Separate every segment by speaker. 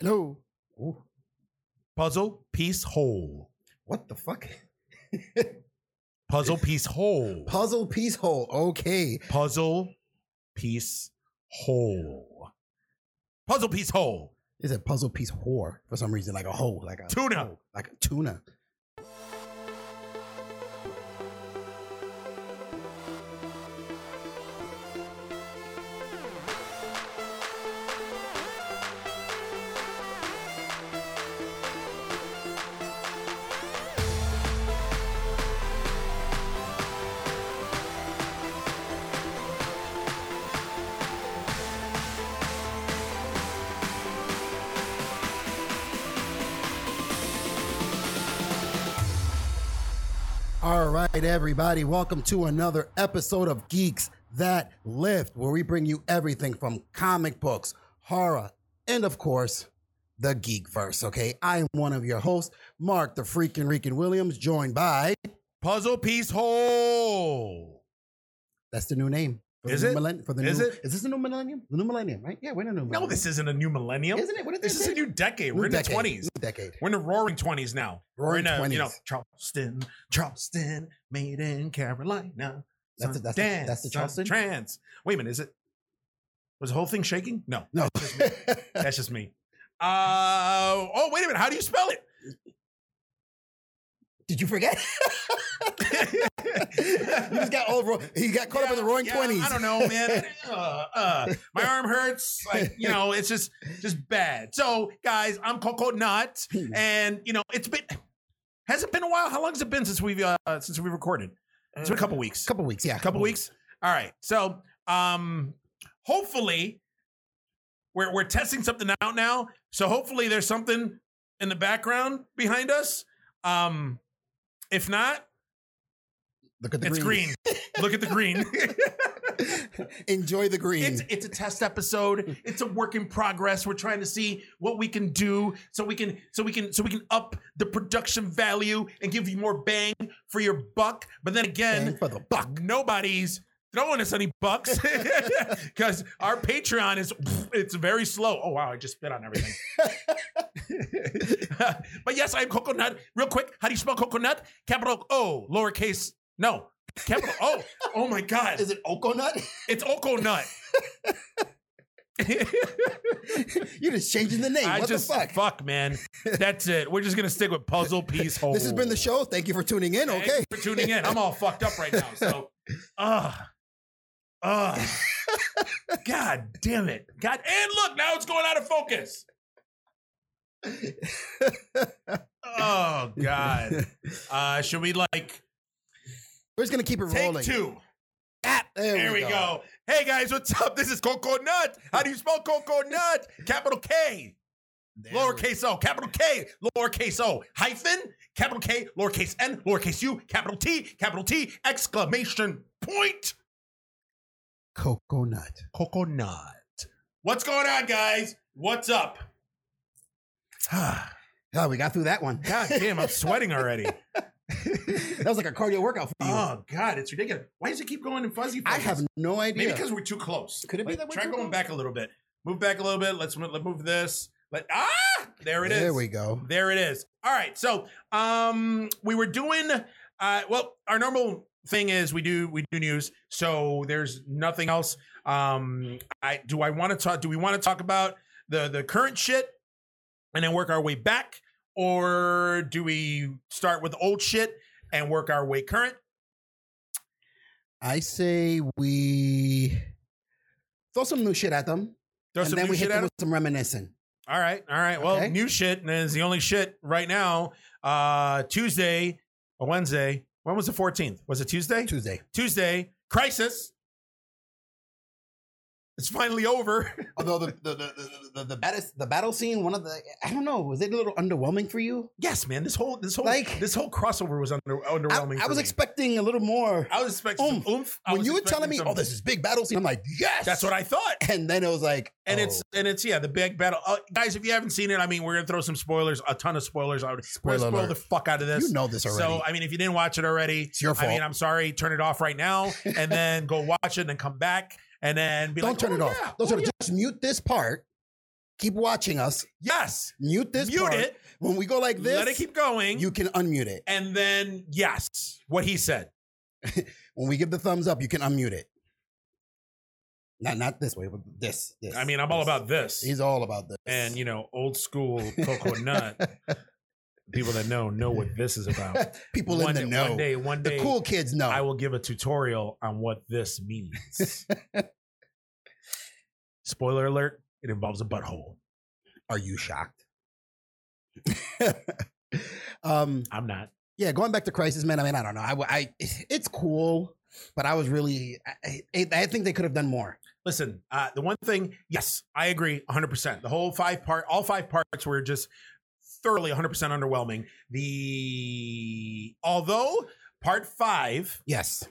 Speaker 1: Hello.
Speaker 2: Ooh,
Speaker 3: Puzzle piece hole.
Speaker 2: what the fuck?
Speaker 3: Puzzle piece hole.
Speaker 2: Puzzle piece hole. Okay.
Speaker 3: Puzzle piece hole. Puzzle piece hole.
Speaker 2: It's a puzzle piece whore for some reason, like a hole, like a
Speaker 3: Tuna.
Speaker 2: hole, like a tuna. All right, everybody, welcome to another episode of Geeks That Lift, where we bring you everything from comic books, horror, and of course, the Geekverse. Okay, I am one of your hosts, Mark the Freakin' Rican Williams, joined by
Speaker 3: Puzzle piece hole.
Speaker 2: that's the new name. For
Speaker 3: Is
Speaker 2: the
Speaker 3: it?
Speaker 2: New millenn- for the
Speaker 3: Is
Speaker 2: new,
Speaker 3: it?
Speaker 2: Is this the new millennium? The new millennium, right? Yeah, we're in a new.
Speaker 3: No,
Speaker 2: millennium.
Speaker 3: this isn't a new millennium.
Speaker 2: isn't it. What did they
Speaker 3: This is
Speaker 2: say?
Speaker 3: a new decade. We're in
Speaker 2: decade,
Speaker 3: the 20s.
Speaker 2: New decade.
Speaker 3: We're in the roaring 20s now.
Speaker 2: Roaring
Speaker 3: We're in a,
Speaker 2: 20s.
Speaker 3: you know, Charleston, Charleston, made in Carolina.
Speaker 2: That's a- that's a-
Speaker 3: Sundance,
Speaker 2: that's the Charleston?
Speaker 3: Trans. Wait a minute, is it? Was the whole thing shaking? No,
Speaker 2: no.
Speaker 3: that's just me. Uh, oh, wait a minute. How do you spell it?
Speaker 2: did you forget? you just got over. He got caught up in the
Speaker 3: Yeah,
Speaker 2: roaring
Speaker 3: yeah,
Speaker 2: twenties.
Speaker 3: I don't know, man. uh, uh, my arm hurts. Like, you know, it's just just bad. So, guys, I'm Coco Nut, and you know, it's been has it been a while? How long has it been since we've uh, since we recorded? It's been a couple weeks.
Speaker 2: couple weeks, yeah.
Speaker 3: A couple weeks. All right. So, um, hopefully, we're we're testing something out now. So hopefully, there's something in the background behind us. Um, if not,
Speaker 2: Look at the
Speaker 3: it's
Speaker 2: green.
Speaker 3: green. Look at the green.
Speaker 2: Enjoy the green.
Speaker 3: It's it's a test episode. It's a work in progress. We're trying to see what we can do so we can so we can so we can up the production value and give you more bang for your buck. But then
Speaker 2: Bang
Speaker 3: again,
Speaker 2: for the buck.
Speaker 3: buck nobody's throwing us any bucks because our Patreon is it's very slow. Oh wow, I just spit on everything. but yes, I'm coconut. Real quick, how do you spell coconut? Capital O, lowercase no. Capital O. Oh my God.
Speaker 2: Is it Oconut?
Speaker 3: It's Oko Nut.
Speaker 2: You're just changing the name.
Speaker 3: I
Speaker 2: what
Speaker 3: just
Speaker 2: the fuck?
Speaker 3: man. That's it. We're just gonna stick with puzzle piece hole.
Speaker 2: This has been the show. Thank you for tuning in.
Speaker 3: Thanks
Speaker 2: Okay.
Speaker 3: for tuning in. I'm all fucked up right now. So, uh, uh, God damn it, God. And look, now it's going out of focus. Oh God. Uh, should we like
Speaker 2: We're just gonna keep it
Speaker 3: take
Speaker 2: rolling.
Speaker 3: two?
Speaker 2: There,
Speaker 3: There we go. Hey guys, what's up? This is Coco Nut. How do you spell Coco Nut? Capital K.
Speaker 2: There we-
Speaker 3: lowercase o, capital K, lowercase o, hyphen, capital K, lowercase n, lowercase u, capital T, capital T, exclamation point,
Speaker 2: Coconut.
Speaker 3: coconut. What's going on, guys? What's up? God
Speaker 2: Oh, we got through that one.
Speaker 3: damn, I'm sweating already.
Speaker 2: that was like a cardio workout for you.
Speaker 3: Oh God, it's ridiculous. Why does it keep going in fuzzy?
Speaker 2: I
Speaker 3: fuzzies?
Speaker 2: have no idea.
Speaker 3: maybe because we're too close.
Speaker 2: Could it be
Speaker 3: Like,
Speaker 2: that we're
Speaker 3: Try
Speaker 2: too
Speaker 3: going
Speaker 2: close?
Speaker 3: back a little bit. Move back a little bit. Let's move, let's move this. Let ah, there it is.
Speaker 2: there we go.
Speaker 3: There it is. All right. So, um, we were doing, uh, well, our normal thing is we do we do news. So there's nothing else. Um, I do I want to talk? Do we want to talk about the the current shit and then work our way back, or do we start with old shit and work our way current?
Speaker 2: I say we throw some new shit at them,
Speaker 3: Throw
Speaker 2: and
Speaker 3: some
Speaker 2: then
Speaker 3: new
Speaker 2: we hit
Speaker 3: shit at
Speaker 2: them
Speaker 3: it.
Speaker 2: with some reminiscing.
Speaker 3: All right. All right. Well,
Speaker 2: Okay.
Speaker 3: new shit is the only shit right now. Uh, Tuesday or Wednesday. When was the 14th? Was it Tuesday?
Speaker 2: Tuesday.
Speaker 3: Tuesday, Crisis. It's finally over.
Speaker 2: Although the the the, the, the, the, baddest, the battle scene, one of the I don't know, was it a little underwhelming for you?
Speaker 3: yes, man. This whole this whole
Speaker 2: Like-
Speaker 3: this whole crossover was under,
Speaker 2: I,
Speaker 3: underwhelming.
Speaker 2: I
Speaker 3: for
Speaker 2: was
Speaker 3: me.
Speaker 2: expecting a little more.
Speaker 3: I was expecting some
Speaker 2: Oomph.
Speaker 3: oomph. I
Speaker 2: when
Speaker 3: was
Speaker 2: you were
Speaker 3: expecting
Speaker 2: telling me,
Speaker 3: some-
Speaker 2: "Oh, this is big battle scene," I'm like, "Yes."
Speaker 3: that's what I thought.
Speaker 2: And then it was like,
Speaker 3: And
Speaker 2: oh,
Speaker 3: it's and it's yeah, the big battle, uh, guys. If you haven't seen it, I mean, we're gonna throw some spoilers, a ton of spoilers. out. We're
Speaker 2: Spoiler
Speaker 3: gonna spoil
Speaker 2: alert.
Speaker 3: the fuck out of this.
Speaker 2: you know this already.
Speaker 3: So I mean, if you didn't watch it already,
Speaker 2: it's your fault.
Speaker 3: I mean, I'm sorry. Turn it off right now, and then go watch it, and then come back, and then be
Speaker 2: don't
Speaker 3: like,
Speaker 2: turn
Speaker 3: "Oh,
Speaker 2: it off.
Speaker 3: yeah,
Speaker 2: Don't
Speaker 3: oh,
Speaker 2: turn it. Just mute this part keep watching us.
Speaker 3: Yes.
Speaker 2: Mute this.
Speaker 3: Mute
Speaker 2: part.
Speaker 3: it.
Speaker 2: When we go like this,
Speaker 3: Let it keep going.
Speaker 2: you can unmute it.
Speaker 3: and then, yes, what he said.
Speaker 2: When we give the thumbs up, you can unmute it. Not not this way, but this. this
Speaker 3: I mean, I'm all
Speaker 2: this.
Speaker 3: about this.
Speaker 2: He's all about this.
Speaker 3: and, you know, old school coconut. People that know know what this is about.
Speaker 2: people in
Speaker 3: one,
Speaker 2: the
Speaker 3: day-
Speaker 2: know.
Speaker 3: one day, one
Speaker 2: the
Speaker 3: day,
Speaker 2: cool kids know.
Speaker 3: I will give a tutorial on what this means. Spoiler alert, it involves a butthole.
Speaker 2: Are you shocked? um.
Speaker 3: I'm not.
Speaker 2: Yeah, going back to Crisis, man. I mean, I don't know. I, w- I- it's cool, but I was really, I, I, I think they could have done more.
Speaker 3: Listen, uh, the one thing, yes, I agree 100%. The whole five part, all five parts were just thoroughly 100% underwhelming. The, although part five
Speaker 2: Yes.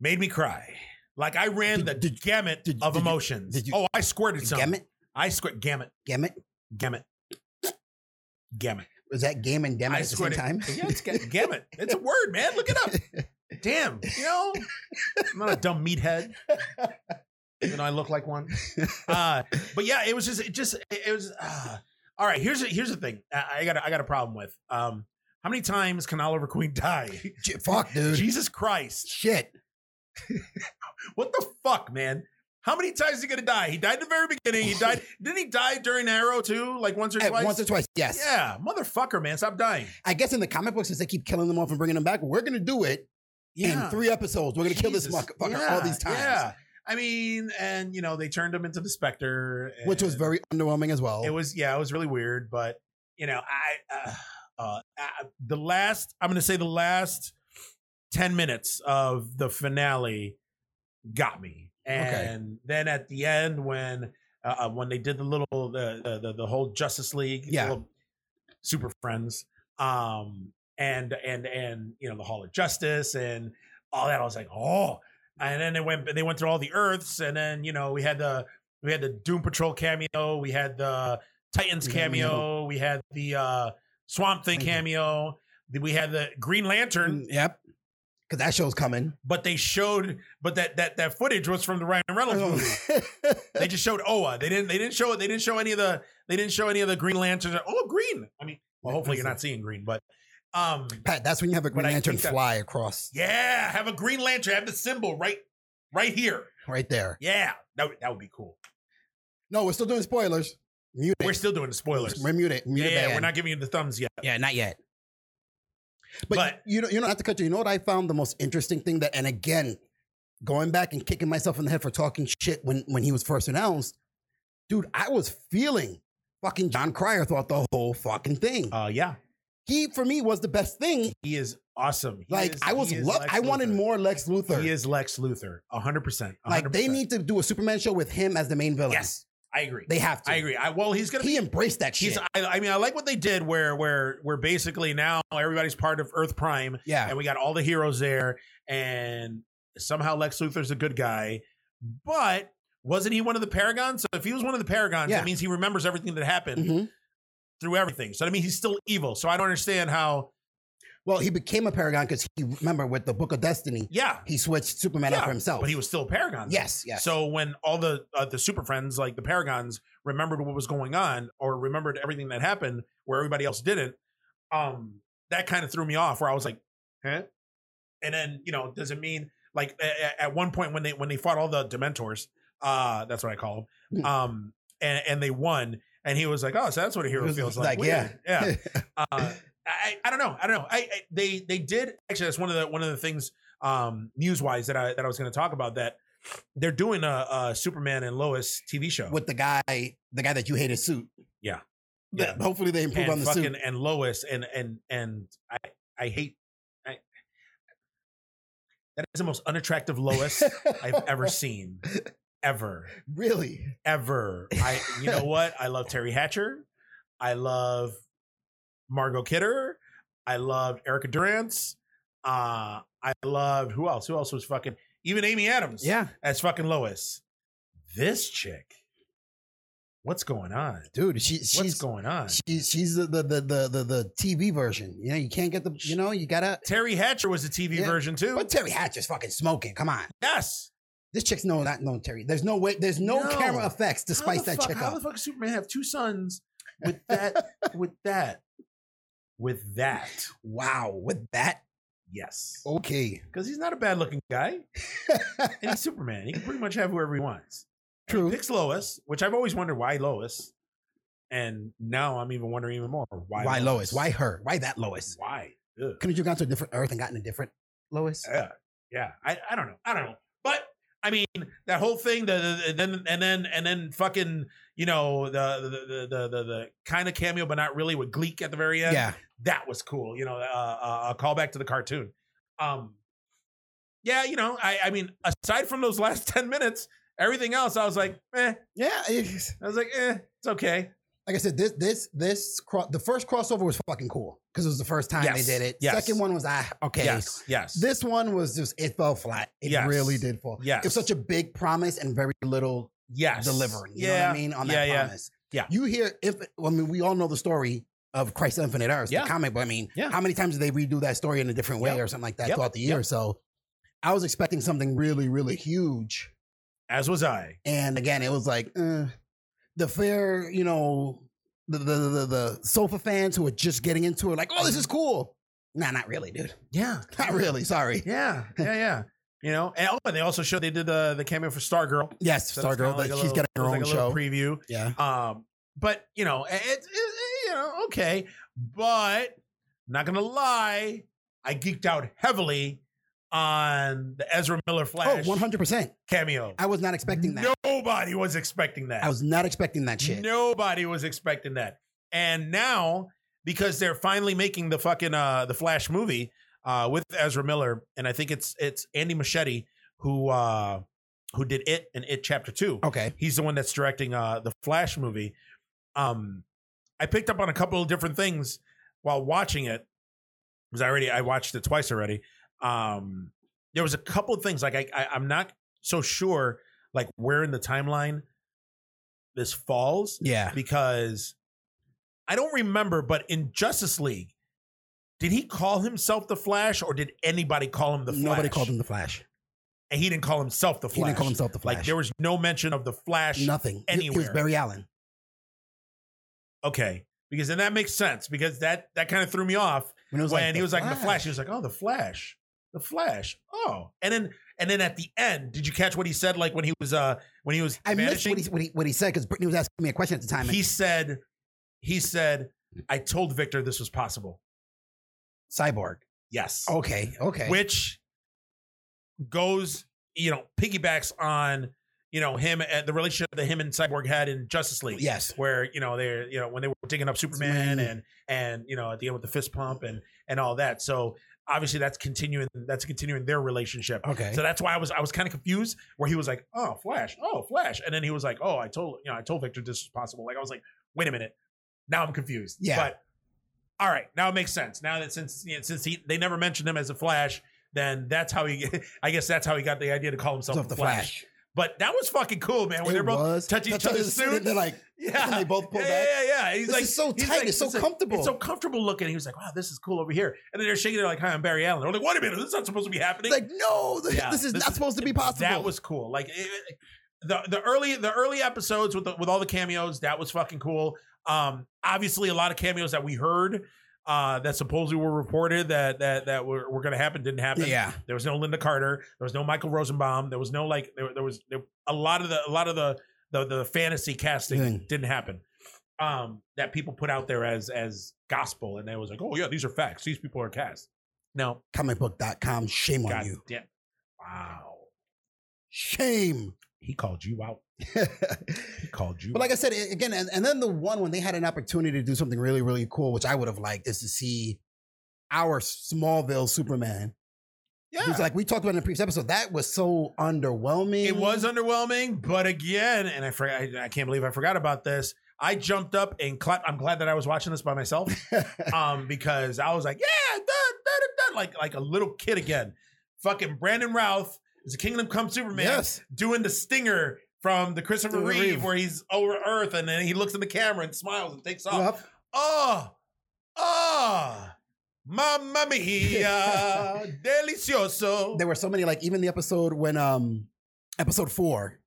Speaker 3: made me cry. Like I ran
Speaker 2: Did-
Speaker 3: the
Speaker 2: did-
Speaker 3: gamut
Speaker 2: did-
Speaker 3: of
Speaker 2: did you-
Speaker 3: emotions.
Speaker 2: did you-
Speaker 3: oh, I squirted something.
Speaker 2: Gamet,
Speaker 3: I squirt gamut,
Speaker 2: Gamet.
Speaker 3: gamut, gamut.
Speaker 2: Was that game and Gamet
Speaker 3: I
Speaker 2: at the same
Speaker 3: squirted-
Speaker 2: time?
Speaker 3: Yeah, it's ga- gamut. It's a word, man. Look it up. Damn, you know, I'm not a dumb meathead. Even though I look like one. Uh, but yeah, it was just, it just, it was. Uh, all right, here's here's the thing. I I got a, I got a problem with. Um, how many times can Oliver Queen die?
Speaker 2: J- Fuck, dude.
Speaker 3: Jesus Christ!
Speaker 2: Shit.
Speaker 3: What the fuck, man? How many times is he gonna die? He died at the very beginning. He died. Didn't he die during Arrow too? Like once or
Speaker 2: At
Speaker 3: twice.
Speaker 2: once or twice. Yes.
Speaker 3: Yeah, motherfucker, man, stop dying.
Speaker 2: I guess in the comic books, since they keep killing them off and bringing them back, we're gonna do it in three episodes. We're gonna kill this
Speaker 3: Jesus.
Speaker 2: motherfucker
Speaker 3: Yeah,
Speaker 2: all these times.
Speaker 3: Yeah. I mean, and you know, they turned him into the Spectre,
Speaker 2: Which was
Speaker 3: and
Speaker 2: very underwhelming as well.
Speaker 3: It was yeah, it was really weird, but you know, I uh, uh, I- the last I'm going to say the last ten minutes of the finale got me, and then at the end when uh, uh, when they did the little the the, the, the whole Justice League,
Speaker 2: Yeah.
Speaker 3: little Super Friends, um, and and and you know the Hall of Justice and all that, I was like, oh. And then they went. They went through all the Earths, and then you know we had the we had the Doom Patrol cameo. We had the Titans
Speaker 2: Yeah, we had
Speaker 3: cameo. We had the uh, Swamp Thing
Speaker 2: Thank you.
Speaker 3: cameo. The- We had the Green Lantern,
Speaker 2: Mm, Yep. Because that show's coming.
Speaker 3: but they showed, but that that that footage was from the Ryan Reynolds
Speaker 2: Oh.
Speaker 3: movie. They just showed Oa. They didn't. They didn't show it. They didn't show any of the. They didn't show any of the Green Lanterns. Oh, green. I mean, well, hopefully you're not seeing green, but um,
Speaker 2: Pat, that's when you have a
Speaker 3: But
Speaker 2: Green
Speaker 3: I
Speaker 2: Lantern
Speaker 3: think that-
Speaker 2: fly across
Speaker 3: yeah, have a Green Lantern. Have the symbol right, right here.
Speaker 2: right there.
Speaker 3: Yeah, that would, that would be cool.
Speaker 2: No, we're still doing spoilers. Mute it.
Speaker 3: We're still doing the spoilers.
Speaker 2: We're muted.
Speaker 3: Yeah,
Speaker 2: Muted
Speaker 3: yeah,
Speaker 2: band.
Speaker 3: we're not giving you the thumbs yet.
Speaker 2: Yeah, not yet. But,
Speaker 3: But-
Speaker 2: you know, you know, not to cut you. You know what I found the most interesting thing that, and again, going back and kicking myself in the head for talking shit when when he was first announced, dude, I was feeling fucking John Cryer throughout the whole fucking thing.
Speaker 3: Uh, yeah.
Speaker 2: he for me was the best thing.
Speaker 3: He is awesome. He
Speaker 2: Like
Speaker 3: is-
Speaker 2: I was,
Speaker 3: he is
Speaker 2: lo-
Speaker 3: Lex
Speaker 2: I wanted
Speaker 3: Luthor.
Speaker 2: more Lex Luthor.
Speaker 3: He is Lex Luthor, hundred percent.
Speaker 2: like they need to do a Superman show with him as the main villain.
Speaker 3: Yes, I agree.
Speaker 2: they have to.
Speaker 3: I agree. I, well, he's gonna
Speaker 2: He
Speaker 3: be.
Speaker 2: embraced that shit.
Speaker 3: He's. I, I mean, I like what they did, where where where basically now everybody's part of Earth Prime,
Speaker 2: yeah,
Speaker 3: and we got all the heroes there, and somehow Lex Luthor's a good guy, but wasn't he one of the Paragons? So if he was one of the Paragons,
Speaker 2: Yeah.
Speaker 3: that means he remembers everything that happened
Speaker 2: Mhm.
Speaker 3: through everything. So I mean, he's still evil. So I don't understand how.
Speaker 2: Well, he became a Paragon because he remember with the Book of Destiny,
Speaker 3: Yeah,
Speaker 2: he switched Superman
Speaker 3: Yeah,
Speaker 2: up for himself.
Speaker 3: but he was still a Paragon. though.
Speaker 2: Oh. Yes, yes.
Speaker 3: So when all the uh, the super friends, like the Paragons, remembered what was going on or remembered everything that happened where everybody else didn't, um, that kind of threw me off. Where I was like, huh? And then you know, does it mean like a- a- at one point when they when they fought all the Dementors, uh, that's what I call them,
Speaker 2: Hmm.
Speaker 3: um, and and they won, and he was like, oh, so that's what a hero
Speaker 2: He was
Speaker 3: feels like,
Speaker 2: like, yeah.
Speaker 3: Weird. yeah. Uh, I, I don't know. I don't know. I, I they they did actually. That's one of the one of the things um, news wise that I that I was going to talk about that they're doing a, a Superman and Lois TV show.
Speaker 2: with the guy, the guy that you hated suit.
Speaker 3: Yeah.
Speaker 2: That- Hopefully they improve on
Speaker 3: and
Speaker 2: the
Speaker 3: fucking
Speaker 2: suit.
Speaker 3: and Lois and and and I I hate I, that is the most unattractive Lois I've ever seen ever.
Speaker 2: really.
Speaker 3: ever. I you know what? I love Terry Hatcher. I love Margot Kidder. I loved Erica Durance. Uh I loved who else? Who else was fucking even Amy Adams as fucking Lois. This chick. What's going on?
Speaker 2: dude, she,
Speaker 3: What's
Speaker 2: she's
Speaker 3: going on?
Speaker 2: she, she's the the, the the the the TV version. You know, you can't get the you know you gotta.
Speaker 3: Terry Hatcher was the TV
Speaker 2: Yeah.
Speaker 3: version too.
Speaker 2: But Terry Hatcher's fucking smoking. Come on,
Speaker 3: yes.
Speaker 2: This chick's no not known Terry. There's no way. There's no,
Speaker 3: No.
Speaker 2: camera effects to spice
Speaker 3: how the
Speaker 2: that
Speaker 3: fuck-
Speaker 2: chick
Speaker 3: How
Speaker 2: up.
Speaker 3: the fuck does Superman have two sons with that? with that? With that?
Speaker 2: Wow, with that,
Speaker 3: Yes.
Speaker 2: Oh. okay,
Speaker 3: Because he's not a bad looking guy, and he's Superman. He can pretty much have whoever he wants.
Speaker 2: true.
Speaker 3: Picks Lois, which I've always wondered why Lois, and now I'm even wondering even more why.
Speaker 2: Why Lois? Why her? Why that Lois?
Speaker 3: Why? Ugh.
Speaker 2: Couldn't you have gone to a different Earth and gotten a different Lois?
Speaker 3: Yeah, yeah. I, I don't know. I don't know. But I mean, that whole thing. The, the- then and then and then fucking you know the the the the, the, the kind of cameo, but not really with Gleek at the very end.
Speaker 2: yeah.
Speaker 3: that was cool. You know, uh, uh, a callback to the cartoon. Um, yeah, you know, I I mean, aside from those last ten minutes, everything else, I was like, eh.
Speaker 2: Yeah, it's-
Speaker 3: I was like, eh, it's okay.
Speaker 2: like I said, this this this cro- the first crossover was fucking cool because it was the first time
Speaker 3: Yes,
Speaker 2: they did it.
Speaker 3: yes.
Speaker 2: Second one was ah okay.
Speaker 3: Yes, yes.
Speaker 2: This one was just it fell flat. It
Speaker 3: Yes.
Speaker 2: really did fall.
Speaker 3: Yes.
Speaker 2: It was such a big promise and very little
Speaker 3: yes,
Speaker 2: delivering. You
Speaker 3: yeah,
Speaker 2: know what I mean? On
Speaker 3: yeah,
Speaker 2: that
Speaker 3: yeah.
Speaker 2: promise.
Speaker 3: Yeah.
Speaker 2: You hear if I mean we all know the story of Christ Infinite Earth,
Speaker 3: Yeah.
Speaker 2: the comic, but I mean,
Speaker 3: Yeah.
Speaker 2: how many times did they redo that story in a different way
Speaker 3: Yep.
Speaker 2: or something like that
Speaker 3: Yep.
Speaker 2: throughout the year?
Speaker 3: Yep.
Speaker 2: So I was expecting something really, really huge.
Speaker 3: As was I.
Speaker 2: And again, it was like uh, the fair, you know, the, the the the sofa fans who are just getting into it, like, oh, this
Speaker 3: Mm-hmm.
Speaker 2: is cool. Nah, not really, dude.
Speaker 3: Yeah,
Speaker 2: Not really. Sorry.
Speaker 3: yeah, yeah, yeah. You know, and, oh, and they also showed they did the the cameo for Stargirl.
Speaker 2: Yes,
Speaker 3: that's
Speaker 2: Stargirl.
Speaker 3: kinda like
Speaker 2: that
Speaker 3: a
Speaker 2: she's
Speaker 3: little-
Speaker 2: got her
Speaker 3: it's
Speaker 2: own
Speaker 3: like a
Speaker 2: show.
Speaker 3: little preview.
Speaker 2: yeah.
Speaker 3: Um, but you know, it, it, it- you know, okay. But not gonna lie, I geeked out heavily on the Ezra Miller
Speaker 2: Oh,
Speaker 3: Flash
Speaker 2: 100%.
Speaker 3: cameo.
Speaker 2: I was not expecting that.
Speaker 3: Nobody was expecting that.
Speaker 2: I was not expecting that shit.
Speaker 3: Nobody was expecting that. And now, because they're finally making the fucking uh the Flash movie uh with Ezra Miller, and I think it's it's Andy Machete who uh who did it and it chapter two.
Speaker 2: Okay.
Speaker 3: He's the one that's directing uh the Flash movie. Um I picked up on a couple of different things while watching it because I already I watched it twice already. Um there was a couple of things like I, I I'm not so sure like where in the timeline this falls
Speaker 2: Yeah.
Speaker 3: because I don't remember but in Justice League did he call himself the Flash or did anybody call him the Flash?
Speaker 2: Nobody called him the Flash.
Speaker 3: and he didn't call himself the Flash.
Speaker 2: He didn't call himself the Flash.
Speaker 3: Like there was no mention of the Flash.
Speaker 2: nothing. He- He was
Speaker 3: anywhere.
Speaker 2: Barry Allen.
Speaker 3: Okay, because then that makes sense because that that kind of threw me off
Speaker 2: When, it
Speaker 3: when
Speaker 2: like,
Speaker 3: he was like the Flash. He was like, oh, the Flash, the Flash. Oh, and then and then at the end, did you catch what he said? Like when he was uh when he was
Speaker 2: I missed
Speaker 3: vanishing?
Speaker 2: what he, what he, what he said because Brittany was asking me a question at the time. And
Speaker 3: he said he said I told Victor this was possible.
Speaker 2: Cyborg.
Speaker 3: Yes.
Speaker 2: Okay. Okay.
Speaker 3: which goes you know piggybacks on you know him and the relationship that him and cyborg had in justice league
Speaker 2: yes.
Speaker 3: where you know they're you know when they were digging up superman
Speaker 2: Superman.
Speaker 3: and and you know at the end with the fist pump and and all that so obviously that's continuing that's continuing their relationship
Speaker 2: Okay.
Speaker 3: so that's why i was i was kind of confused where he was like oh flash oh flash and then he was like oh i told you know i told victor this was possible like i was like wait a minute now i'm confused
Speaker 2: Yeah.
Speaker 3: but all right now it makes sense now that since you know, since he they never mentioned him as a flash then that's how he i guess that's how he got the idea to call himself
Speaker 2: Of
Speaker 3: the flash. but that was fucking cool man when
Speaker 2: It
Speaker 3: they're both
Speaker 2: was.
Speaker 3: touching each
Speaker 2: Touch
Speaker 3: other's
Speaker 2: suit,
Speaker 3: suits.
Speaker 2: They're like,
Speaker 3: yeah
Speaker 2: and they both pull
Speaker 3: yeah,
Speaker 2: back.
Speaker 3: yeah, yeah, yeah. He's
Speaker 2: This
Speaker 3: like,
Speaker 2: is so
Speaker 3: he's
Speaker 2: tight.
Speaker 3: like-
Speaker 2: it's so
Speaker 3: he's like-
Speaker 2: comfortable.
Speaker 3: It's so comfortable looking. He was like, wow, this is cool over here. And then they're shaking it like, hi, I'm Barry Allen. They're like, wait a minute, this is not supposed to be happening.
Speaker 2: like, no, th-
Speaker 3: Yeah,
Speaker 2: this is
Speaker 3: this
Speaker 2: not
Speaker 3: is-
Speaker 2: supposed to be possible.
Speaker 3: That was cool. Like it- it- the the early the early episodes with the, with all the cameos, that was fucking cool. Um, obviously, a lot of cameos that we heard uh, that supposedly were reported that that that were, were going to happen didn't happen.
Speaker 2: yeah.
Speaker 3: There was no Linda Carter. There was no Michael Rosenbaum. There was no like there, there was there, a lot of the a lot of the the, the fantasy casting
Speaker 2: Mm.
Speaker 3: didn't happen. Um, that people put out there as as gospel, and they was like, oh yeah, these are facts. These people are cast. No,
Speaker 2: Comicbook.com. Shame on
Speaker 3: God
Speaker 2: you.
Speaker 3: damn. Wow,
Speaker 2: Shame.
Speaker 3: he called you out. He called you.
Speaker 2: But like I
Speaker 3: out.
Speaker 2: said, a- again, and, and then the one when they had an opportunity to do something really, really cool, which I would have liked, is to see our Smallville Superman.
Speaker 3: yeah,
Speaker 2: It's like we talked about in the previous episode. That was so underwhelming.
Speaker 3: It was underwhelming, but again, and I forgot. I, I can't believe I forgot about this. I jumped up and clapped. I'm glad that I was watching this by myself, um, because I was like, yeah, da, da, da, da, like like a little kid again. Fucking Brandon Routh is a Kingdom Come Superman
Speaker 2: yes.
Speaker 3: doing the stinger from the Christopher
Speaker 2: Christopher
Speaker 3: Reeve,
Speaker 2: Reeve.
Speaker 3: where he's over Earth and then he looks in the camera and smiles and takes off.
Speaker 2: Yup.
Speaker 3: Oh, oh, mamma mia, delicioso.
Speaker 2: There were so many, like even the episode when um episode four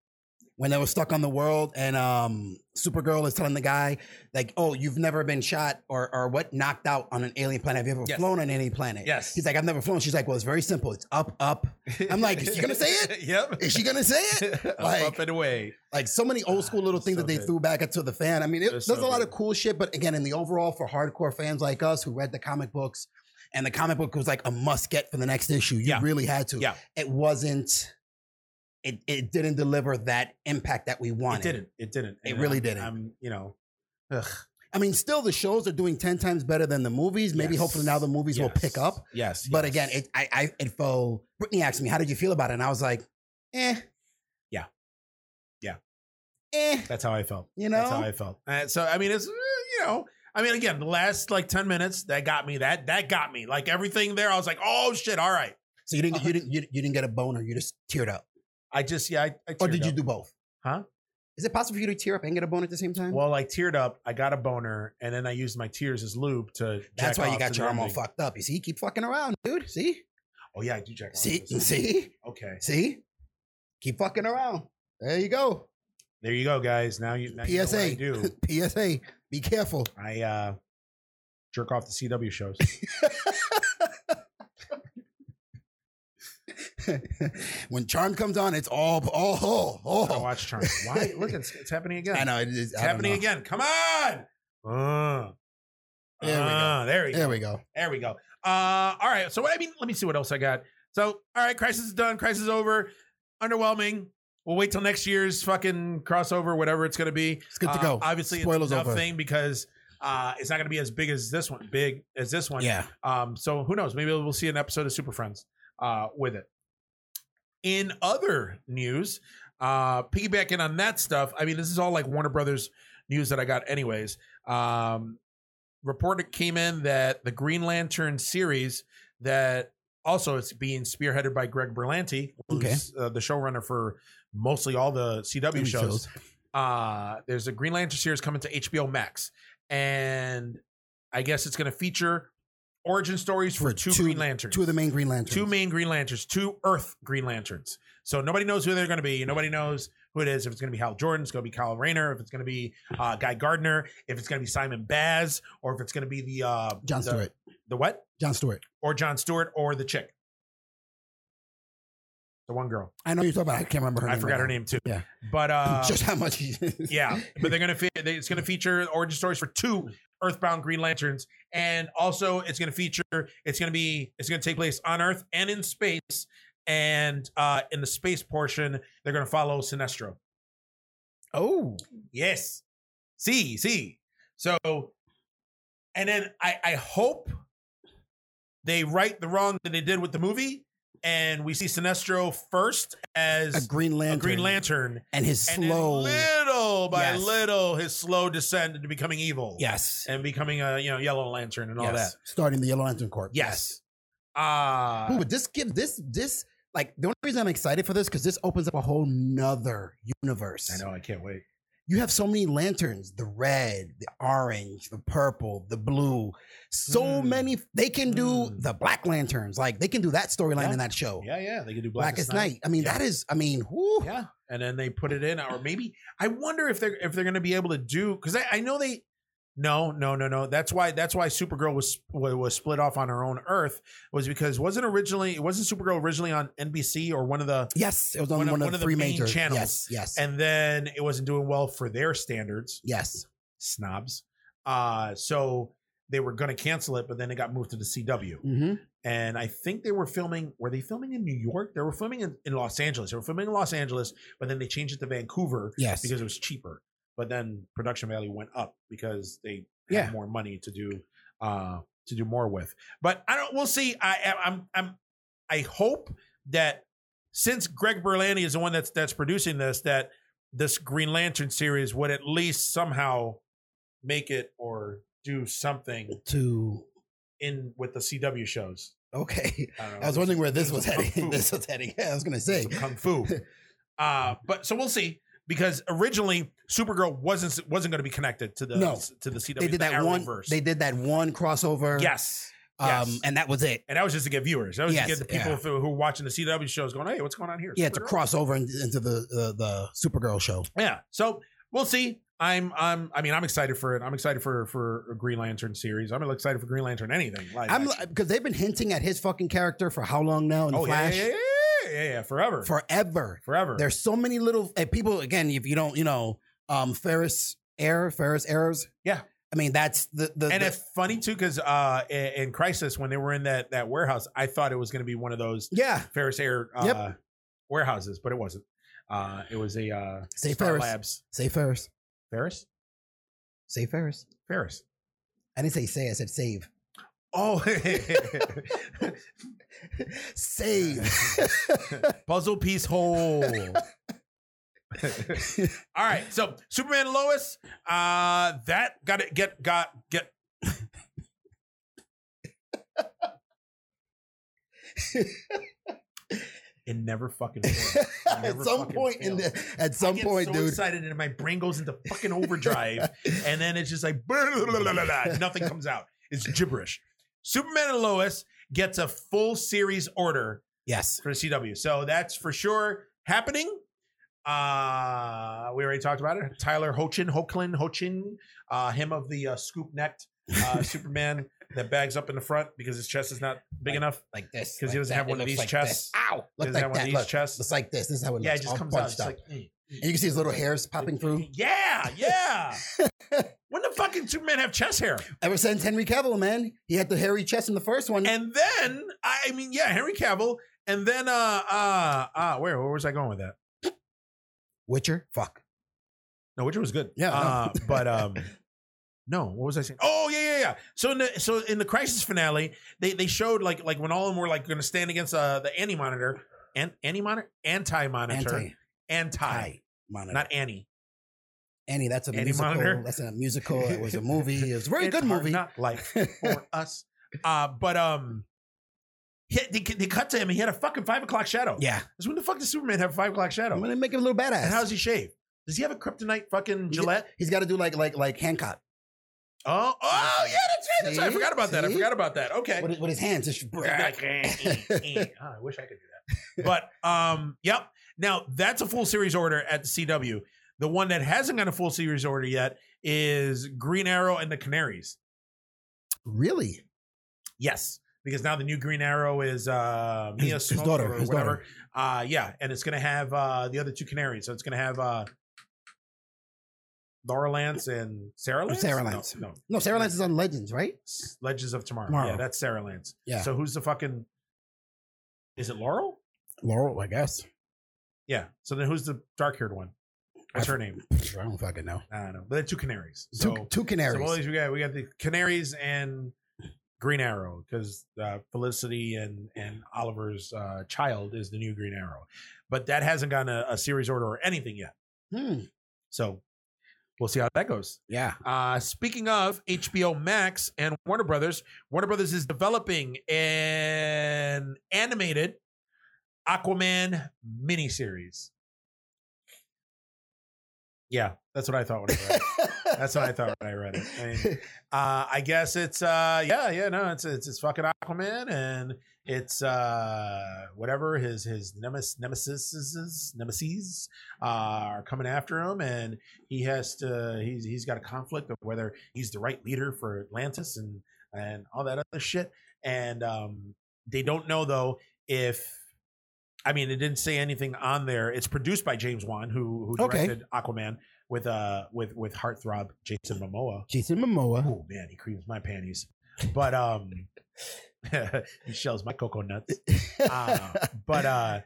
Speaker 2: when they were stuck on the world and um Supergirl is telling the guy like, "Oh, you've never been shot or or what knocked out on an alien planet. Have you ever
Speaker 3: Yes.
Speaker 2: flown on any planet?"
Speaker 3: Yes.
Speaker 2: He's like, "I've never flown." She's like, "Well, it's very simple. It's up, up." I'm like, "Is she gonna say it?
Speaker 3: yep.
Speaker 2: Is she gonna say it?" Like-
Speaker 3: up and away.
Speaker 2: Like so many old school little things
Speaker 3: so
Speaker 2: that they
Speaker 3: good.
Speaker 2: threw back into the fan. I mean, it,
Speaker 3: They're
Speaker 2: there's
Speaker 3: so
Speaker 2: a lot
Speaker 3: good.
Speaker 2: of cool shit, but again, in the overall for hardcore fans like us who read the comic books, and the comic book was like a must get for the next issue. You
Speaker 3: Yeah.
Speaker 2: really had to.
Speaker 3: Yeah.
Speaker 2: It wasn't. It, it didn't deliver that impact that we wanted.
Speaker 3: It didn't. It didn't.
Speaker 2: It
Speaker 3: And
Speaker 2: really
Speaker 3: I'm-
Speaker 2: didn't.
Speaker 3: I'm, you know, ugh.
Speaker 2: I mean, still the shows are doing ten times better than the movies. Maybe
Speaker 3: Yes.
Speaker 2: hopefully now the movies will
Speaker 3: Yes.
Speaker 2: pick up.
Speaker 3: Yes.
Speaker 2: But
Speaker 3: yes.
Speaker 2: again, it I, I it felt. Brittany asked me, "How did you feel about it?" And I was like, "Eh,
Speaker 3: Yeah. Yeah.
Speaker 2: eh."
Speaker 3: that's how I felt.
Speaker 2: You
Speaker 3: That's how
Speaker 2: know,
Speaker 3: I felt. Uh, so I mean, it's uh, you know, I mean, again, the last like ten minutes that got me. That that got me. Like everything there, I was like, oh shit, all right.
Speaker 2: so you didn't
Speaker 3: Uh-huh.
Speaker 2: you didn't you, you didn't get a boner. You just teared up,
Speaker 3: I just yeah. I, I
Speaker 2: or
Speaker 3: teared
Speaker 2: did you
Speaker 3: up.
Speaker 2: do both?
Speaker 3: Huh?
Speaker 2: Is it possible for you to tear up and get a boner at the same time?
Speaker 3: Well, I teared up. I got a boner, and then I used my tears as lube to.
Speaker 2: that's
Speaker 3: jack
Speaker 2: why you
Speaker 3: off
Speaker 2: got
Speaker 3: to
Speaker 2: your
Speaker 3: the
Speaker 2: arm all
Speaker 3: ending.
Speaker 2: fucked up. You see, you keep fucking around, dude. See,
Speaker 3: Oh yeah, I do jack off.
Speaker 2: see,
Speaker 3: to this.
Speaker 2: see,
Speaker 3: Okay,
Speaker 2: see. Keep fucking around. There you go.
Speaker 3: there you go, guys. Now you. Now you know what
Speaker 2: PSA.
Speaker 3: I do.
Speaker 2: PSA. Be careful.
Speaker 3: I uh, jerk off the CW shows.
Speaker 2: when charm comes on, it's all oh oh.
Speaker 3: I don't
Speaker 2: oh.
Speaker 3: watch Charm. Why? Look, it's, it's happening again.
Speaker 2: I know it is
Speaker 3: It's happening
Speaker 2: again.
Speaker 3: again. Come on. Uh,
Speaker 2: There we go.
Speaker 3: uh, There we go.
Speaker 2: There we go.
Speaker 3: There we go. Uh, all right. So what I mean, let me see what else I got. So all right, crisis is done. Crisis is over. Underwhelming. We'll wait till next year's fucking crossover, whatever it's going to be.
Speaker 2: It's good to
Speaker 3: Uh,
Speaker 2: go.
Speaker 3: Obviously,
Speaker 2: Spoilers
Speaker 3: it's a tough
Speaker 2: over.
Speaker 3: thing because uh, it's not going to be as big as this one. Big as this one.
Speaker 2: yeah.
Speaker 3: Um, so who knows? Maybe we'll see an episode of Super Friends uh, with it. In other news, uh, piggybacking on that stuff, I mean, this is all like Warner Brothers news that I got, anyways. Um, report that came in that the Green Lantern series that also is being spearheaded by Greg Berlanti, who's uh, the showrunner for mostly all the CW shows uh there's a Green Lantern series coming to HBO Max, and I guess it's going to feature origin stories for,
Speaker 2: For
Speaker 3: two,
Speaker 2: two-
Speaker 3: Green Lanterns,
Speaker 2: Two of the main Green Lanterns.
Speaker 3: two main Green Lanterns, two Earth Green Lanterns. So nobody knows who they're going to be. Nobody knows who it is. If it's going to be Hal Jordan, it's going to be Kyle Rayner. If it's going to be uh, Guy Gardner, if it's going to be Simon Baz, or if it's going to be the uh,
Speaker 2: John
Speaker 3: the-
Speaker 2: Stewart.
Speaker 3: the what,
Speaker 2: John Stewart.
Speaker 3: or John Stewart, or the chick, the one girl.
Speaker 2: I know you're talking about. I can't remember her.
Speaker 3: I
Speaker 2: name
Speaker 3: forgot
Speaker 2: right
Speaker 3: her
Speaker 2: now.
Speaker 3: name too.
Speaker 2: Yeah.
Speaker 3: but uh,
Speaker 2: Just how much.
Speaker 3: yeah, but they're gonna fe- they, it's gonna feature origin stories for two Earthbound Green Lanterns, and also it's gonna feature it's gonna be it's gonna take place on Earth and in space, and uh in the space portion they're gonna follow Sinestro.
Speaker 2: Oh.
Speaker 3: Yes, see, see. So, and then I I hope they right the wrong that they did with the movie, and we see Sinestro first
Speaker 2: A
Speaker 3: as
Speaker 2: Green Lantern.
Speaker 3: a Green Lantern
Speaker 2: And his
Speaker 3: and then
Speaker 2: slow.
Speaker 3: little by
Speaker 2: Yes.
Speaker 3: little, his slow descent into becoming evil.
Speaker 2: yes.
Speaker 3: And becoming a you know yellow lantern and all
Speaker 2: yes.
Speaker 3: that.
Speaker 2: Starting the Yellow Lantern Corps.
Speaker 3: Yes. Ah.
Speaker 2: Ooh, but this gives this this like the only reason I'm excited for this because this opens up a whole nother universe.
Speaker 3: I know, I can't wait.
Speaker 2: You have so many lanterns: the red, the orange, the purple, the blue. So
Speaker 3: Hmm.
Speaker 2: many they can do
Speaker 3: Hmm.
Speaker 2: the black lanterns. Like they can do that storyline
Speaker 3: Yeah.
Speaker 2: in that show.
Speaker 3: Yeah, yeah. They could do Black
Speaker 2: Blackest Night. I mean,
Speaker 3: Yeah.
Speaker 2: that is. I mean, whoo.
Speaker 3: Yeah. And then they put it in, or maybe I wonder if they're if they're gonna be able to do because I, I know they no, no, no, no. That's why that's why Supergirl was wa- was split off on her own Earth was because wasn't originally it wasn't Supergirl originally on NBC or one of the
Speaker 2: Yes, it was on one,
Speaker 3: One of-
Speaker 2: of,
Speaker 3: one
Speaker 2: the
Speaker 3: of the
Speaker 2: three
Speaker 3: main
Speaker 2: major
Speaker 3: channels.
Speaker 2: Yes, yes,
Speaker 3: and then it wasn't doing well for their standards.
Speaker 2: yes.
Speaker 3: snobs. Uh, so they were going to cancel it, but then it got moved to the CW.
Speaker 2: Mm-hmm.
Speaker 3: And I think they were filming, were they filming in New York? They were filming in, in Los Angeles. They were filming in Los Angeles, but then they changed it to Vancouver
Speaker 2: Yes,
Speaker 3: because it was cheaper. But then production value went up because they
Speaker 2: Yeah.
Speaker 3: had more money to do uh, to do more with. But I don't. We'll see. I, I- I'm I'm I hope that since Greg Berlanti is the one that's that's producing this, that this Green Lantern series would at least somehow make it or do something
Speaker 2: to
Speaker 3: in with the CW shows.
Speaker 2: okay.
Speaker 3: I, don't know,
Speaker 2: I was wondering where this
Speaker 3: Some
Speaker 2: was
Speaker 3: kung
Speaker 2: heading.
Speaker 3: fu.
Speaker 2: This was heading. Yeah, I was gonna say.
Speaker 3: some kung fu. Uh, but so we'll see because originally Supergirl wasn't wasn't going to be connected to the
Speaker 2: No.
Speaker 3: to the CW.
Speaker 2: They did
Speaker 3: the
Speaker 2: that one.
Speaker 3: Arrowverse.
Speaker 2: They did that one crossover.
Speaker 3: yes,
Speaker 2: Um,
Speaker 3: Yes.
Speaker 2: And that was it.
Speaker 3: And that was just to get viewers. That was
Speaker 2: Yes,
Speaker 3: to get the people
Speaker 2: yeah.
Speaker 3: who, who are watching the CW shows going, hey, what's going on here?
Speaker 2: Yeah, to
Speaker 3: Whatever.
Speaker 2: cross over in- into the, the the Supergirl show.
Speaker 3: Yeah. So we'll see. I'm I'm I mean I'm excited for it. I'm excited for for a Green Lantern series. I'm excited for Green Lantern anything. Like
Speaker 2: I'm because they've been hinting at his fucking character for how long now in the
Speaker 3: oh yeah,
Speaker 2: Flash?
Speaker 3: yeah, yeah, yeah, yeah, yeah, forever,
Speaker 2: Forever.
Speaker 3: forever.
Speaker 2: There's so many little uh, people. Again, if you don't, you know, um, Ferris Air, Ferris errors.
Speaker 3: Yeah.
Speaker 2: I mean that's the the.
Speaker 3: and
Speaker 2: the-
Speaker 3: it's funny too because uh, in, in Crisis when they were in that that warehouse, I thought it was going to be one of those
Speaker 2: yeah,
Speaker 3: Ferris Air uh,
Speaker 2: Yep.
Speaker 3: warehouses, but it wasn't. Uh, it was a uh,
Speaker 2: say
Speaker 3: Star
Speaker 2: Ferris,
Speaker 3: Labs
Speaker 2: say Ferris,
Speaker 3: Ferris
Speaker 2: say Ferris.
Speaker 3: Ferris.
Speaker 2: I didn't say say. I said save,
Speaker 3: Oh,
Speaker 2: save.
Speaker 3: puzzle piece hole. All right, so Superman and Lois, uh, that got it. Get got get. it never fucking. worked.
Speaker 2: at
Speaker 3: Never
Speaker 2: some
Speaker 3: fucking
Speaker 2: point in
Speaker 3: failed.
Speaker 2: the, at some
Speaker 3: I get
Speaker 2: point,
Speaker 3: so
Speaker 2: dude.
Speaker 3: excited and my brain goes into fucking overdrive, and then it's just like blah, blah, blah, blah, blah, nothing comes out. It's gibberish. Superman and Lois gets a full series order
Speaker 2: Yes.
Speaker 3: for the CW. So that's for sure happening. Uh, we already talked about it. Tyler Hochin, Hoechlin, Hochin, uh, him of the uh, scoop necked uh, Superman that bags up in the front because his chest is not big
Speaker 2: Like-
Speaker 3: enough.
Speaker 2: Like this.
Speaker 3: 'Cause he
Speaker 2: like
Speaker 3: doesn't
Speaker 2: that.
Speaker 3: have
Speaker 2: It
Speaker 3: one of
Speaker 2: looks
Speaker 3: these
Speaker 2: like
Speaker 3: chests.
Speaker 2: this. Ow!
Speaker 3: Doesn't
Speaker 2: Look like
Speaker 3: have one of
Speaker 2: that.
Speaker 3: these
Speaker 2: Look.
Speaker 3: chests.
Speaker 2: It's like this. This is how it looks.
Speaker 3: Yeah, it just
Speaker 2: all
Speaker 3: comes out.
Speaker 2: bunched
Speaker 3: It's like, mm, mm.
Speaker 2: and you can see his little hairs popping through.
Speaker 3: yeah, yeah. when the fucking Superman have chest hair?
Speaker 2: Ever since Henry Cavill, man, he had the hairy chest in the first one.
Speaker 3: And then I I mean, yeah, Henry Cavill. And then uh uh uh where where was I going with that?
Speaker 2: Witcher, fuck.
Speaker 3: No, Witcher was good.
Speaker 2: Yeah, I
Speaker 3: uh, but um, no, what was I saying? Oh yeah, yeah, yeah. So in the so in the Crisis finale, they they showed like like when all of them were like going to stand against uh the Annie monitor and Annie monitor anti monitor
Speaker 2: Anti
Speaker 3: anti
Speaker 2: monitor.
Speaker 3: not Annie
Speaker 2: Annie. That's a
Speaker 3: Annie
Speaker 2: musical.
Speaker 3: monitor.
Speaker 2: That's a musical. It was a movie. It was a very
Speaker 3: It's
Speaker 2: good
Speaker 3: hard
Speaker 2: movie.
Speaker 3: not life for us. Uh, but um. He, they, they cut to him. and He had a fucking five o'clock shadow.
Speaker 2: yeah,
Speaker 3: So when the fuck does Superman have a five o'clock shadow?
Speaker 2: I'm gonna make him a little
Speaker 3: And
Speaker 2: badass.
Speaker 3: how's he shave? Does he have a kryptonite fucking
Speaker 2: Yeah.
Speaker 3: Gillette?
Speaker 2: He's got to do like like like Hancock
Speaker 3: Oh, oh yeah, that's right. That's right.
Speaker 2: Mm-hmm.
Speaker 3: I
Speaker 2: See?
Speaker 3: forgot about that. I
Speaker 2: See?
Speaker 3: forgot about that. Okay.
Speaker 2: with, his- with his hands. Just
Speaker 3: I can't eat, eat. Oh, I wish I could do that. But um, yep. Now that's a full series order at the CW. The one that hasn't got a full series order yet is Green Arrow and the Canaries.
Speaker 2: really?
Speaker 3: Yes, because now the new Green Arrow is uh,
Speaker 2: His-
Speaker 3: Mia
Speaker 2: his
Speaker 3: Smoke
Speaker 2: daughter,
Speaker 3: or
Speaker 2: his
Speaker 3: whatever. Uh, yeah, and it's gonna have uh, the other two Canaries. So it's gonna have uh, Laura Lance and Sarah Lance.
Speaker 2: Oh, Sarah
Speaker 3: No,
Speaker 2: Lance.
Speaker 3: No,
Speaker 2: No, Sarah Lance is on Legends, right?
Speaker 3: Legends of Tomorrow.
Speaker 2: Tomorrow.
Speaker 3: Yeah, that's Sarah Lance.
Speaker 2: Yeah.
Speaker 3: So who's the fucking? Is it Laurel?
Speaker 2: Laurel, I guess.
Speaker 3: Yeah. So then who's the dark haired one? What's her name?
Speaker 2: I don't fucking know.
Speaker 3: I don't know. But they're two canaries. So,
Speaker 2: two, two
Speaker 3: so all
Speaker 2: canaries.
Speaker 3: these we got we got the canaries and Green Arrow because uh, Felicity and and Oliver's uh, child is the new Green Arrow, but that hasn't gotten a, a series order or anything yet.
Speaker 2: Hmm.
Speaker 3: So we'll see how that goes.
Speaker 2: Yeah.
Speaker 3: Uh, speaking of HBO Max and Warner Brothers, Warner Brothers is developing an animated Aquaman miniseries. Yeah, that's what I thought when I read it. That's what I thought when I read it. I, mean, uh, I guess it's uh, yeah, yeah, no, it's it's it's fucking Aquaman and it's uh, whatever his his nemes- nemesis nemesis uh, are coming after him, and he has to he's he's got a conflict of whether he's the right leader for Atlantis and and all that other shit, and um, they don't know though if. I mean, it didn't say anything on there. It's produced by James Wan, who who
Speaker 2: Okay.
Speaker 3: directed Aquaman with uh with with heartthrob Jason Momoa.
Speaker 2: Jason Momoa.
Speaker 3: Oh man, he creams my panties, but um, he shells my coconuts. Uh, but uh,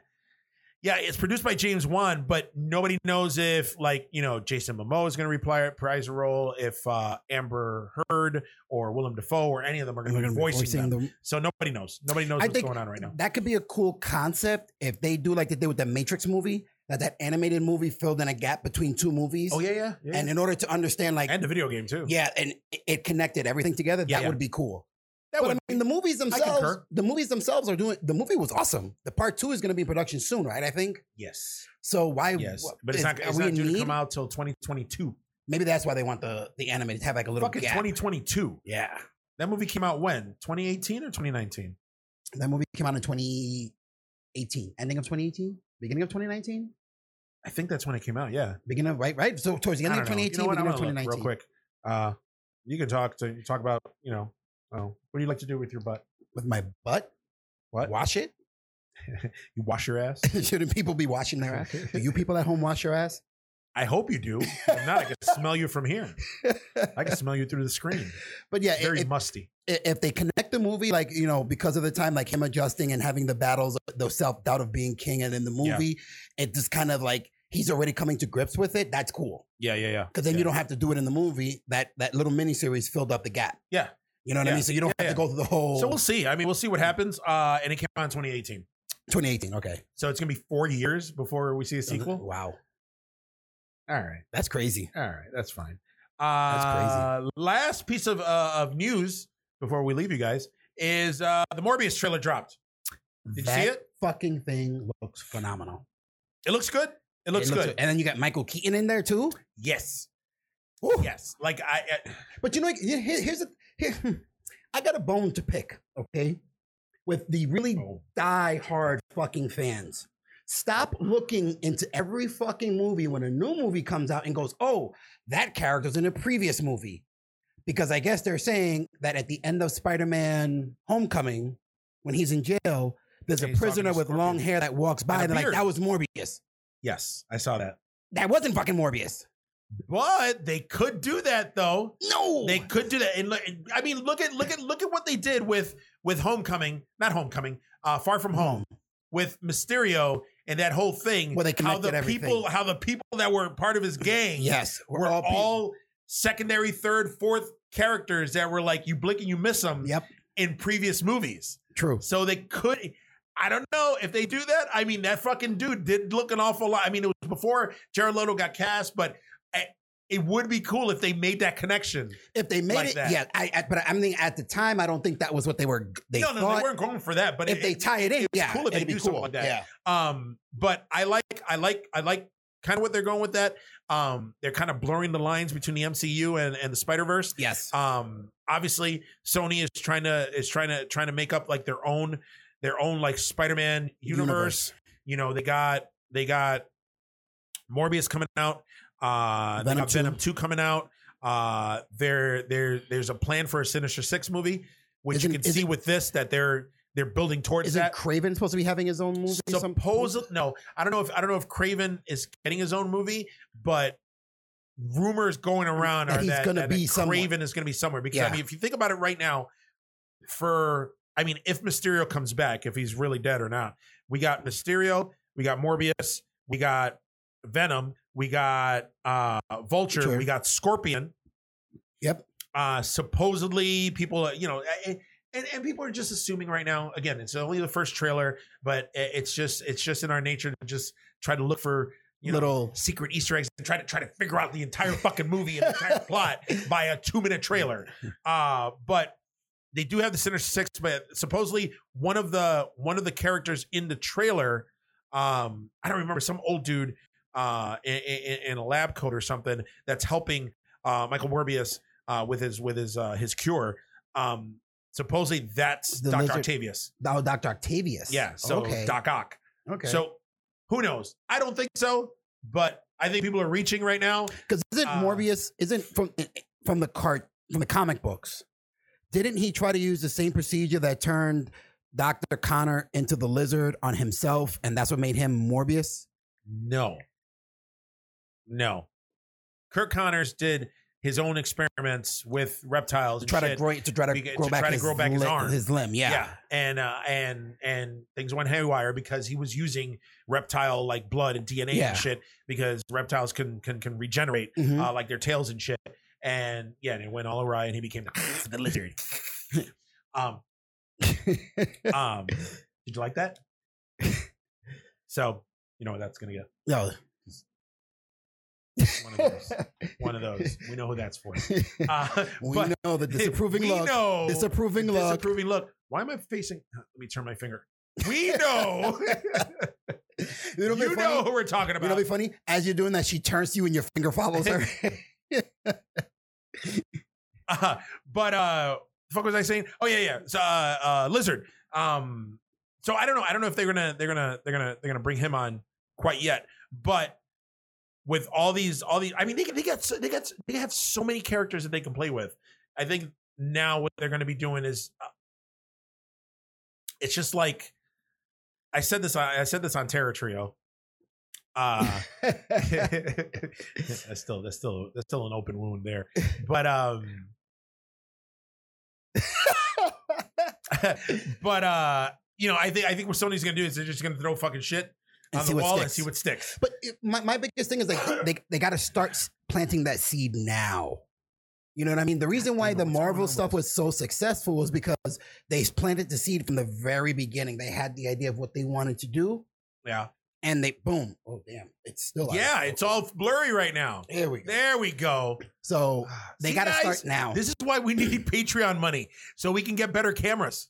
Speaker 3: yeah, it's produced by James Wan, but nobody knows if like you know Jason Momoa is going to reply reprise a role, if uh, Amber Heard or Willem Dafoe or any of them are going to be voicing, them.
Speaker 2: them.
Speaker 3: So nobody knows. Nobody knows
Speaker 2: I
Speaker 3: what's
Speaker 2: think
Speaker 3: going on right now.
Speaker 2: That could be a cool concept if they do like they did with the Matrix movie, that that animated movie filled in a gap between two movies.
Speaker 3: Oh yeah, yeah, yeah.
Speaker 2: And
Speaker 3: And,
Speaker 2: in order to understand, like,
Speaker 3: the video game too.
Speaker 2: yeah, and it- it connected everything together,
Speaker 3: Yeah,
Speaker 2: that
Speaker 3: yeah.
Speaker 2: would be cool.
Speaker 3: that
Speaker 2: but
Speaker 3: would.
Speaker 2: I mean, the movies themselves,
Speaker 3: concur.
Speaker 2: the movies themselves are doing. The movie was awesome. The part two is going to be in production soon, right? I think.
Speaker 3: yes,
Speaker 2: So why?
Speaker 3: yes,
Speaker 2: wh-
Speaker 3: but it's
Speaker 2: is-
Speaker 3: not.
Speaker 2: are
Speaker 3: It's
Speaker 2: we
Speaker 3: not
Speaker 2: in
Speaker 3: due to
Speaker 2: need?
Speaker 3: come out till twenty twenty two.
Speaker 2: Maybe that's why they want the the animated to have like a little
Speaker 3: Fucking
Speaker 2: gap.
Speaker 3: twenty twenty two.
Speaker 2: Yeah.
Speaker 3: That movie came out when? 2018 or 2019?
Speaker 2: That movie came out in 2018, ending of 2018, beginning of 2019,
Speaker 3: I think that's when it came out. Yeah.
Speaker 2: beginning of right, right. So towards the
Speaker 3: I
Speaker 2: end of
Speaker 3: don't know.
Speaker 2: 2018,
Speaker 3: You know what? I'm
Speaker 2: beginning of
Speaker 3: gonna look
Speaker 2: 2019.
Speaker 3: Real quick. Uh, you can talk to you talk about, you know, oh, what do you like to do with your butt?
Speaker 2: With my butt,
Speaker 3: What?
Speaker 2: wash it.
Speaker 3: You wash your ass?
Speaker 2: Shouldn't people be washing their ass? Do you people at home wash your ass?
Speaker 3: I hope you do. If not, I can smell you from here. I can smell you through the screen.
Speaker 2: But yeah,
Speaker 3: It's very
Speaker 2: it,
Speaker 3: musty.
Speaker 2: i- if they connect the movie, like you know, because of the time, like him adjusting and having the battles, the self doubt of being king, and in the
Speaker 3: Yeah.
Speaker 2: movie, it just kind of like he's already coming to grips with it. That's cool
Speaker 3: Yeah, yeah, yeah.
Speaker 2: because then
Speaker 3: Yeah.
Speaker 2: you don't have to do it in the movie. That that little miniseries filled up the gap.
Speaker 3: Yeah.
Speaker 2: you know what
Speaker 3: Yeah.
Speaker 2: I mean. So you don't Mm.
Speaker 3: Yeah,
Speaker 2: have to go through the whole
Speaker 3: So we'll see. I mean, we'll see what happens. Uh, and it came out in 2018.
Speaker 2: 2018. Okay,
Speaker 3: So it's gonna be four years before we see a sequel.
Speaker 2: Wow,
Speaker 3: All right,
Speaker 2: that's crazy.
Speaker 3: all right, that's fine.
Speaker 2: That's
Speaker 3: Uh, Last piece of uh, of news before we leave you guys is uh, the Morbius trailer dropped. Did you
Speaker 2: that
Speaker 3: see it?
Speaker 2: Fucking thing looks phenomenal.
Speaker 3: It looks good. It looks
Speaker 2: It
Speaker 3: good.
Speaker 2: and then you got Michael Keaton in there too.
Speaker 3: Yes,
Speaker 2: Woo.
Speaker 3: yes. Like I, I
Speaker 2: But you know, here, here's a here, hmm. I got a bone to pick. Okay, with the really
Speaker 3: oh,
Speaker 2: die hard fucking fans. Stop looking into every fucking movie when a new movie comes out and goes, oh, that character's in a previous movie. Because I guess they're saying that at the end of Spider Man Homecoming, when he's in jail, there's
Speaker 3: And
Speaker 2: a
Speaker 3: he's talking
Speaker 2: prisoner
Speaker 3: to
Speaker 2: with
Speaker 3: Scorpion.
Speaker 2: long hair that walks by.
Speaker 3: a
Speaker 2: They're like,
Speaker 3: beard.
Speaker 2: that was Morbius.
Speaker 3: yes, I saw that.
Speaker 2: That wasn't fucking Morbius.
Speaker 3: But they could do that though.
Speaker 2: No.
Speaker 3: They could do that. And look, I mean, look at look at look at what they did with with Homecoming, not Homecoming, uh, Far From Home, with Mysterio and that whole thing.
Speaker 2: Well, they
Speaker 3: how
Speaker 2: connected
Speaker 3: the
Speaker 2: everything.
Speaker 3: people, how the people that were part of his gang,
Speaker 2: yes.
Speaker 3: were all, secondary, third, fourth characters that were like you blink and you miss them
Speaker 2: Yep.
Speaker 3: in previous movies.
Speaker 2: True.
Speaker 3: So they could. I don't know if they do that. I mean, that fucking dude did look an awful lot. I mean, it was before Jared Leto got cast, but I- it would be cool if they made that connection.
Speaker 2: If they made
Speaker 3: Like
Speaker 2: it,
Speaker 3: that.
Speaker 2: yeah. I, I, but I mean, at the time, I don't think that was what they were. They
Speaker 3: no,
Speaker 2: thought.
Speaker 3: no, they weren't going for that. But
Speaker 2: if
Speaker 3: it,
Speaker 2: they tie it in,
Speaker 3: was
Speaker 2: yeah,
Speaker 3: cool if they
Speaker 2: it'd be
Speaker 3: do something
Speaker 2: cool.
Speaker 3: like that.
Speaker 2: Yeah,
Speaker 3: um, but I like, I like, I like kind of what they're going with that. Um, they're kind of blurring the lines between the MCU and and the Spider Verse.
Speaker 2: yes,
Speaker 3: um obviously sony is trying to is trying to trying to make up like their own their own like spider-man universe, you know they got they got morbius coming out uh they
Speaker 2: Venom
Speaker 3: got
Speaker 2: 2.
Speaker 3: venom 2 coming out uh there there there's a plan for a sinister six movie which
Speaker 2: Isn't-
Speaker 3: you can see
Speaker 2: isn't-
Speaker 3: with this that they're they're building towards
Speaker 2: Isn't
Speaker 3: that
Speaker 2: Craven supposed to be having his own movie? at some point?
Speaker 3: supposedly no i don't know if i don't know if craven is getting his own movie but rumors going around
Speaker 2: That
Speaker 3: are
Speaker 2: he's
Speaker 3: that,
Speaker 2: gonna
Speaker 3: that
Speaker 2: be somewhere.
Speaker 3: craven is going to be somewhere because i
Speaker 2: Yeah.
Speaker 3: mean if you think about it right now for i mean if mysterio comes back if he's really dead or not we got mysterio we got morbius we got venom we got uh vulture
Speaker 2: Vulture.
Speaker 3: we got scorpion
Speaker 2: Yep.
Speaker 3: uh supposedly people you know I- I- and, and people are just assuming right now again it's only the first trailer but i- it's just it's just in our nature to just try to look for you know
Speaker 2: little.
Speaker 3: secret easter eggs and try to try to figure out the entire fucking movie and the entire plot by a two minute trailer uh but they do have the center six but supposedly one of the one of the characters in the trailer um i don't remember some old dude uh in, in, in a lab coat or something that's helping uh michael morbius uh with his with his uh his cure um supposedly that's
Speaker 2: The
Speaker 3: dr
Speaker 2: lizard-
Speaker 3: octavius
Speaker 2: Oh, Doctor Octavius.
Speaker 3: yeah so
Speaker 2: okay.
Speaker 3: doc ock
Speaker 2: okay.
Speaker 3: so who knows? I don't think so, but I think people are reaching right now.
Speaker 2: because isn't
Speaker 3: uh,
Speaker 2: Morbius isn't from eh, from the cart from the comic books? Didn't he try to use the same procedure that turned Doctor Connor into the lizard on himself, and that's what made him Morbius?
Speaker 3: No. No. Kirk Connors did his own experiments with reptiles.
Speaker 2: To
Speaker 3: and
Speaker 2: try to
Speaker 3: shit.
Speaker 2: grow to try to,
Speaker 3: Beca-
Speaker 2: grow,
Speaker 3: to
Speaker 2: back
Speaker 3: try to
Speaker 2: his
Speaker 3: grow back his
Speaker 2: li-
Speaker 3: arm.
Speaker 2: his limb. Yeah.
Speaker 3: And uh, and and things went haywire because he was using reptile like blood and DNA
Speaker 2: Yeah.
Speaker 3: and shit because reptiles can can can regenerate
Speaker 2: Mhm.
Speaker 3: uh, like their tails and shit. And yeah, and it went all awry and he became the lizard. um um did you like that? So you know what that's gonna get.
Speaker 2: no.
Speaker 3: One of those. One of those. We know who that's for. Uh,
Speaker 2: we
Speaker 3: but
Speaker 2: know the disapproving
Speaker 3: we
Speaker 2: look.
Speaker 3: know
Speaker 2: disapproving
Speaker 3: the
Speaker 2: look.
Speaker 3: disapproving look. Why am I facing? Let me turn my finger. We know.
Speaker 2: It'll be
Speaker 3: you
Speaker 2: funny.
Speaker 3: know who we're talking
Speaker 2: You know,
Speaker 3: about.
Speaker 2: what'd be funny as you're doing that, she turns to you and your finger follows her.
Speaker 3: Uh, Uh-huh. but uh, the fuck was I saying? Oh yeah, yeah. So uh, uh, lizard. Um, so I don't know. I don't know if they're gonna they're gonna they're gonna they're gonna bring him on quite yet. But with all these all these, I mean, they they got so- they got so- they have so many characters that they can play with. I think now what they're gonna be doing is uh, it's just like I said this. I I said this on Terra Trio. Uh, that's still that's still that's still an open wound there. But um but uh you know, I think I think what Sony's gonna do is they're just gonna throw fucking shit
Speaker 2: And
Speaker 3: on
Speaker 2: see
Speaker 3: the
Speaker 2: what
Speaker 3: wall and
Speaker 2: sticks.
Speaker 3: see what sticks.
Speaker 2: But it, my, my biggest thing is like they, they got to start s- planting that seed now. You know what I mean? The reason why
Speaker 3: damn,
Speaker 2: the
Speaker 3: what's going on
Speaker 2: Marvel
Speaker 3: with
Speaker 2: stuff was so successful was because they planted the seed from the very beginning. They had the idea of what they wanted to do,
Speaker 3: Yeah,
Speaker 2: and they boom. Oh damn, it's still out.
Speaker 3: yeah, it's all blurry right now.
Speaker 2: There we go.
Speaker 3: There we go.
Speaker 2: So they
Speaker 3: See,
Speaker 2: got to
Speaker 3: guys?
Speaker 2: start now.
Speaker 3: This is why we need Patreon money so we can get better cameras.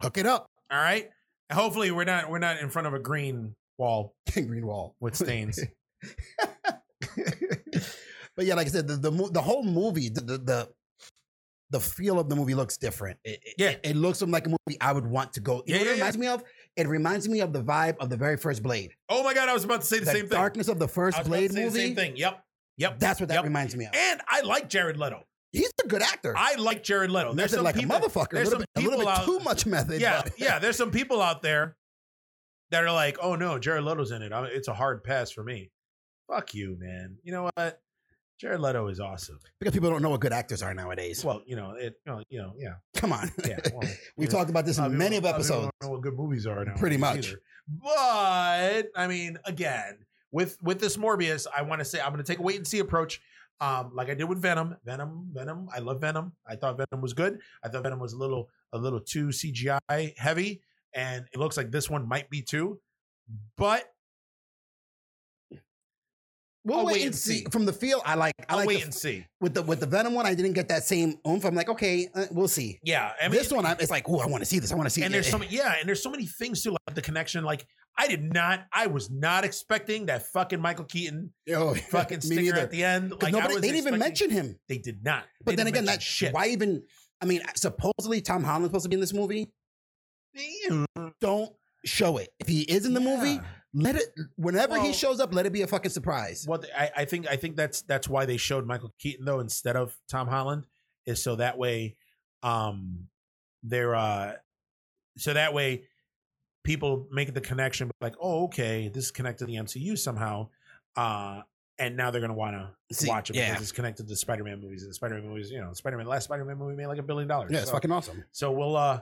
Speaker 2: Hook it up,
Speaker 3: All right. Hopefully, we're not we're not in front of a green wall
Speaker 2: Green Wall.
Speaker 3: with stains.
Speaker 2: But yeah, like I said, the the, mo- the whole movie, the, the the the feel of the movie looks different. It, it-
Speaker 3: Yeah.
Speaker 2: it, it looks like a movie I would want to go. You
Speaker 3: Yeah,
Speaker 2: know what
Speaker 3: yeah,
Speaker 2: it reminds me of? It reminds me of the vibe of the very first Blade.
Speaker 3: oh my god, I was about to say the,
Speaker 2: the
Speaker 3: same thing.
Speaker 2: darkness of the
Speaker 3: I
Speaker 2: first
Speaker 3: was about to
Speaker 2: Blade
Speaker 3: say the
Speaker 2: movie.
Speaker 3: Same thing. Yep. Yep.
Speaker 2: That's what that
Speaker 3: Yep.
Speaker 2: reminds me of.
Speaker 3: And I like Jared Leto.
Speaker 2: He's a good actor.
Speaker 3: I like Jared Leto. There's
Speaker 2: Method
Speaker 3: some
Speaker 2: like
Speaker 3: people,
Speaker 2: a motherfucker. A
Speaker 3: there's
Speaker 2: little
Speaker 3: some
Speaker 2: bit, a little
Speaker 3: people
Speaker 2: bit
Speaker 3: out-
Speaker 2: too much method.
Speaker 3: yeah,
Speaker 2: but-
Speaker 3: yeah. There's some people out there that are like, "Oh no, Jared Leto's in it. I- It's a hard pass for me." Fuck you, man. You know what? Jared Leto is awesome.
Speaker 2: Because people don't know what good actors are nowadays.
Speaker 3: Well, you know it. You know, you know yeah,
Speaker 2: Come on.
Speaker 3: yeah. Well,
Speaker 2: we
Speaker 3: you know,
Speaker 2: talked about this
Speaker 3: a lot
Speaker 2: in many of
Speaker 3: people- a lot people
Speaker 2: episodes.
Speaker 3: Don't know what good movies are now?
Speaker 2: Pretty much.
Speaker 3: But I mean, again, with with this Morbius, I want to say I'm going to take a wait and see approach. Um, like I did with Venom, Venom, Venom. I love Venom. I thought Venom was good. I thought Venom was a little a little too CGI heavy, and it looks like this one might be too. But
Speaker 2: We'll
Speaker 3: I'll
Speaker 2: wait, and see. From the feel, I like. I
Speaker 3: I'll
Speaker 2: like
Speaker 3: wait
Speaker 2: the-
Speaker 3: and see.
Speaker 2: with the with the Venom one. I didn't get that same oomph. I'm like, okay, uh, we'll see.
Speaker 3: Yeah, I mean,
Speaker 2: this one, I, it's like, oh, I want to see this. I want to see.
Speaker 3: and
Speaker 2: it.
Speaker 3: there's so many, yeah, and there's so many things too, like the connection. Like I did not, I was not expecting that fucking Michael Keaton
Speaker 2: Yo,
Speaker 3: fucking
Speaker 2: Oh, me
Speaker 3: stinger
Speaker 2: neither.
Speaker 3: at the end.
Speaker 2: 'Cause
Speaker 3: Like I
Speaker 2: nobody,
Speaker 3: was
Speaker 2: they didn't even
Speaker 3: expecting-
Speaker 2: mention him.
Speaker 3: they did not.
Speaker 2: But
Speaker 3: They
Speaker 2: then
Speaker 3: didn't
Speaker 2: again,
Speaker 3: mention
Speaker 2: that why even? I mean, supposedly Tom Holland's supposed to be in this movie.
Speaker 3: Ew.
Speaker 2: Don't show it. If he is in the movie,
Speaker 3: Yeah.
Speaker 2: let it. Whenever he
Speaker 3: Well-
Speaker 2: shows up, let it be a fucking surprise.
Speaker 3: Well, I, I think I think that's that's why they showed Michael Keaton though instead of Tom Holland is so that way, um, they're uh, so that way people make the connection like oh okay this is connected to the MCU somehow, uh, and now they're gonna wanna
Speaker 2: See,
Speaker 3: watch it
Speaker 2: yeah.
Speaker 3: because it's connected to Spider Man movies and Spider Man movies you know Spider Man last Spider Man movie made like a billion dollars
Speaker 2: Yeah, it's
Speaker 3: So-
Speaker 2: fucking awesome.
Speaker 3: So we'll uh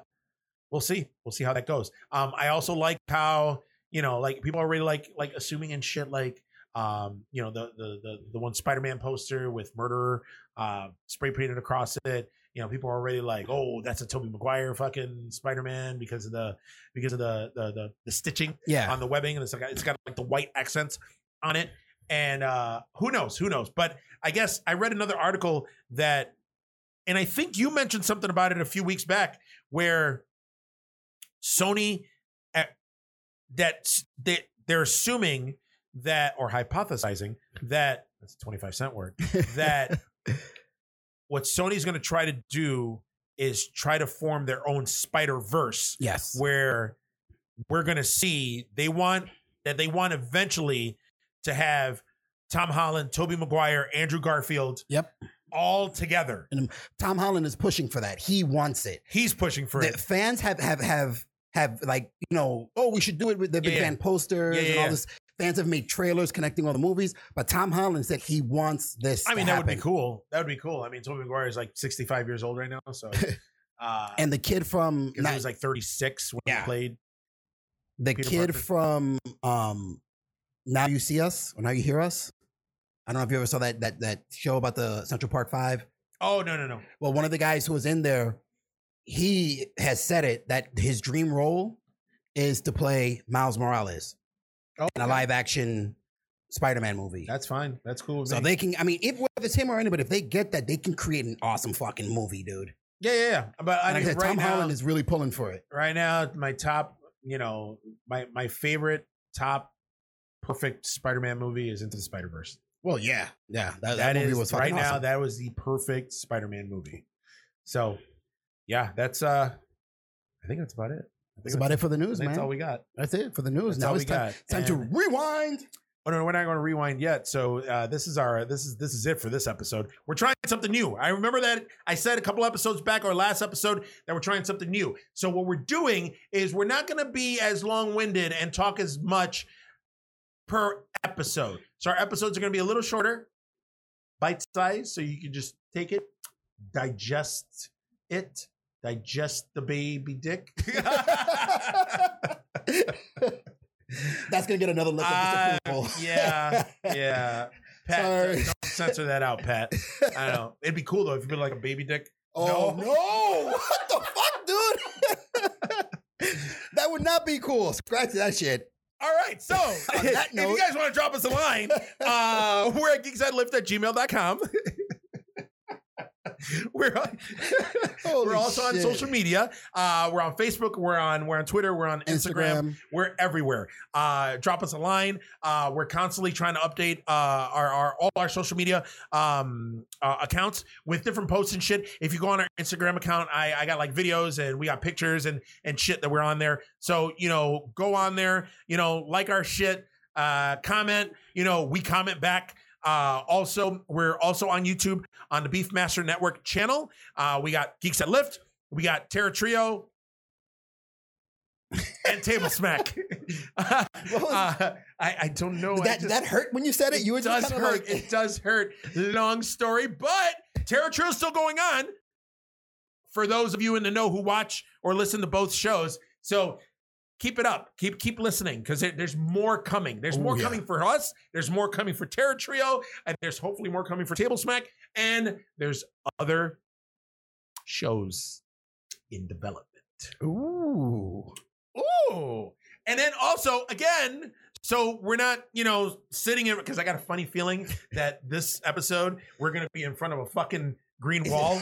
Speaker 3: we'll see. We'll see how that goes. Um I also like how, you know, like people are already like like assuming and shit like um, you know, the the the, the one Spider-Man poster with murderer uh spray painted across it. You know, people are already like, oh, that's a Toby Maguire fucking Spider-Man because of the because of the the the, the stitching
Speaker 2: Yeah,
Speaker 3: on the webbing and it's like it's got like the white accents on it and uh who knows who knows but i guess i read another article that and i think you mentioned something about it a few weeks back where sony eh, that they, they're assuming that or hypothesizing that that's a 25 cent word that what sony's going to try to do is try to form their own spider verse
Speaker 2: yes.
Speaker 3: where we're going to see they want that they want eventually to have Tom Holland, Toby Maguire, Andrew Garfield,
Speaker 2: Yep.
Speaker 3: all together.
Speaker 2: Tom Holland is pushing for that. He wants it.
Speaker 3: He's pushing for
Speaker 2: The
Speaker 3: it.
Speaker 2: fans have have have have like you know, oh, we should do it with the big
Speaker 3: Yeah, yeah.
Speaker 2: fan posters
Speaker 3: Yeah, yeah,
Speaker 2: and all
Speaker 3: yeah.
Speaker 2: this. Fans have made trailers connecting all the movies, but Tom Holland said he wants this.
Speaker 3: I mean,
Speaker 2: to
Speaker 3: that would be
Speaker 2: happen.
Speaker 3: cool. That would be cool. I mean, Toby Maguire is like 65 years old right now, so uh
Speaker 2: And the kid from
Speaker 3: 'cause
Speaker 2: not,
Speaker 3: he was like 36 when
Speaker 2: Yeah.
Speaker 3: he played.
Speaker 2: the
Speaker 3: Peter
Speaker 2: kid
Speaker 3: Parker.
Speaker 2: from um, Now You See Us or Now You Hear Us. I don't know if you ever saw that that that show about the Central Park Five.
Speaker 3: Oh, no, no, no.
Speaker 2: Well, one of the guys who was in there, he has said it that his dream role is to play Miles Morales
Speaker 3: Oh,
Speaker 2: in a live action Spider Man movie.
Speaker 3: That's fine. That's cool. with
Speaker 2: so
Speaker 3: me.
Speaker 2: they can, I mean, if whether it's him or anybody, if they get that, they can create an awesome fucking movie, dude.
Speaker 3: yeah, yeah, yeah. But I
Speaker 2: And like I
Speaker 3: mean,
Speaker 2: said,
Speaker 3: right
Speaker 2: Tom
Speaker 3: now,
Speaker 2: Holland is really pulling for it.
Speaker 3: right now my top you know my my favorite top perfect spider-man movie is into the spider-verse
Speaker 2: Well, yeah, yeah, that, that
Speaker 3: that
Speaker 2: movie
Speaker 3: is
Speaker 2: was fucking
Speaker 3: right now
Speaker 2: awesome.
Speaker 3: that was the perfect spider-man movie so yeah, that's uh, I think that's about it. I think
Speaker 2: That's about it for the news,
Speaker 3: That's
Speaker 2: man.
Speaker 3: all we got.
Speaker 2: That's it for the news.
Speaker 3: That's
Speaker 2: now
Speaker 3: all
Speaker 2: it's
Speaker 3: we
Speaker 2: time,
Speaker 3: got.
Speaker 2: it's time to
Speaker 3: And-
Speaker 2: rewind.
Speaker 3: Oh no, we're not going to rewind yet. So uh, this is our this is this is it for this episode. We're trying something new. I remember that I said a couple episodes back or last episode that we're trying something new. So what we're doing is we're not going to be as long winded and talk as much per episode. So our episodes are going to be a little shorter, bite size, so you can just take it, digest it, digest the baby dick.
Speaker 2: That's gonna get another look
Speaker 3: Uh,
Speaker 2: of disapproval.
Speaker 3: yeah, yeah. Pat,
Speaker 2: Sorry.
Speaker 3: don't censor that out, Pat. I don't know. It'd be cool though if you been like a baby dick.
Speaker 2: Oh
Speaker 3: No.
Speaker 2: no! What the fuck, dude? that would not be cool. Scratch that shit.
Speaker 3: All right, so
Speaker 2: On that
Speaker 3: if you
Speaker 2: note-
Speaker 3: guys want to drop us a line, uh, we're at geeksatlift at gmail.com. we're on, we're
Speaker 2: Holy
Speaker 3: also on
Speaker 2: shit.
Speaker 3: social media. Uh, we're on Facebook. We're on we're on Twitter. We're on Instagram.
Speaker 2: Instagram.
Speaker 3: We're everywhere. Uh, drop us a line. Uh, we're constantly trying to update uh, our, our all our social media um, uh, accounts with different posts and shit. If you go on our Instagram account, I, I got like videos and we got pictures and and shit that we're on there. So you know, go on there. You know, like our shit. Uh, comment. You know, we comment back. Uh, also, we're also on YouTube on the Beefmaster Network channel. Uh, we got Geeks at Lift. We got Terra Trio. and table smack. uh,
Speaker 2: What was-
Speaker 3: I, I don't know. I
Speaker 2: Did that
Speaker 3: just-
Speaker 2: that hurt when you said it? you were
Speaker 3: it does
Speaker 2: just kinda
Speaker 3: hurt.
Speaker 2: Like,
Speaker 3: It does hurt. Long story, but Terra True is still going on. For those of you in the know who watch or listen to both shows, so keep it up. Keep keep listening because there's more coming. There's
Speaker 2: Ooh,
Speaker 3: more
Speaker 2: Oh, yeah.
Speaker 3: coming for us. There's more coming for Terra Trio, and there's hopefully more coming for Table Smack, and there's other shows in development.
Speaker 2: Ooh.
Speaker 3: Ooh. And then also, again, so we're not, you know, sitting in because I got a funny feeling that this episode we're gonna be in front of a fucking green wall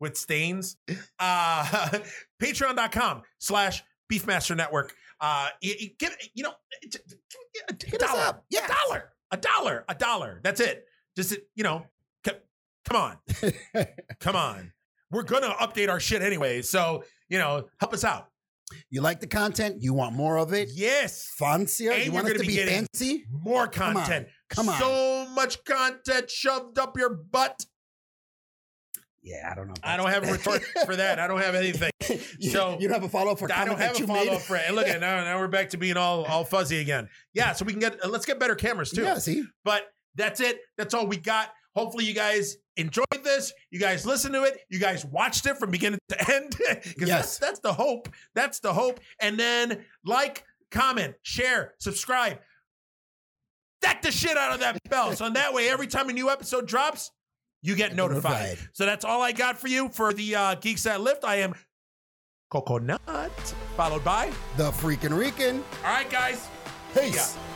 Speaker 3: with stains. Uh patreon.com slash beefmaster network. Uh you, you get you know it's- it's- a
Speaker 2: Hit us
Speaker 3: dollar.
Speaker 2: up. Yeah.
Speaker 3: A dollar. A dollar. A dollar. That's it. Just you know, c- come on. come on. We're gonna update our shit anyway. So, you know, help us out.
Speaker 2: You like the content? You want more of it?
Speaker 3: Yes.
Speaker 2: Fancier?
Speaker 3: And
Speaker 2: you
Speaker 3: you're
Speaker 2: want us
Speaker 3: gonna
Speaker 2: to
Speaker 3: be
Speaker 2: be
Speaker 3: getting-
Speaker 2: fancy?
Speaker 3: more
Speaker 2: Come on.
Speaker 3: content.
Speaker 2: Come on.
Speaker 3: So much content shoved up your butt.
Speaker 2: Yeah, I don't know.
Speaker 3: I don't have a retort for that. I don't have anything.
Speaker 2: you,
Speaker 3: so-
Speaker 2: you don't have a follow up for
Speaker 3: I don't
Speaker 2: comment
Speaker 3: have
Speaker 2: that
Speaker 3: a
Speaker 2: you
Speaker 3: follow
Speaker 2: made.
Speaker 3: up for it. And look at now, now we're back to being all all fuzzy again. Yeah, so we can get uh, let's get better cameras too.
Speaker 2: Yeah, see,
Speaker 3: But that's it. That's all we got. Hopefully you guys enjoyed this. You guys listened to it. You guys watched it from beginning to end. Because that's
Speaker 2: Yes.
Speaker 3: that's the hope. That's the hope. And then like, comment, share, subscribe. Stack the shit out of that bell. So that way, every time a new episode drops, you get notified.
Speaker 2: Notified.
Speaker 3: So that's all I got for you for the uh, Geeks That Lift. I am Coconut, followed by.
Speaker 2: the freaking Rican.
Speaker 3: All right, guys.
Speaker 2: Peace.
Speaker 3: Yeah.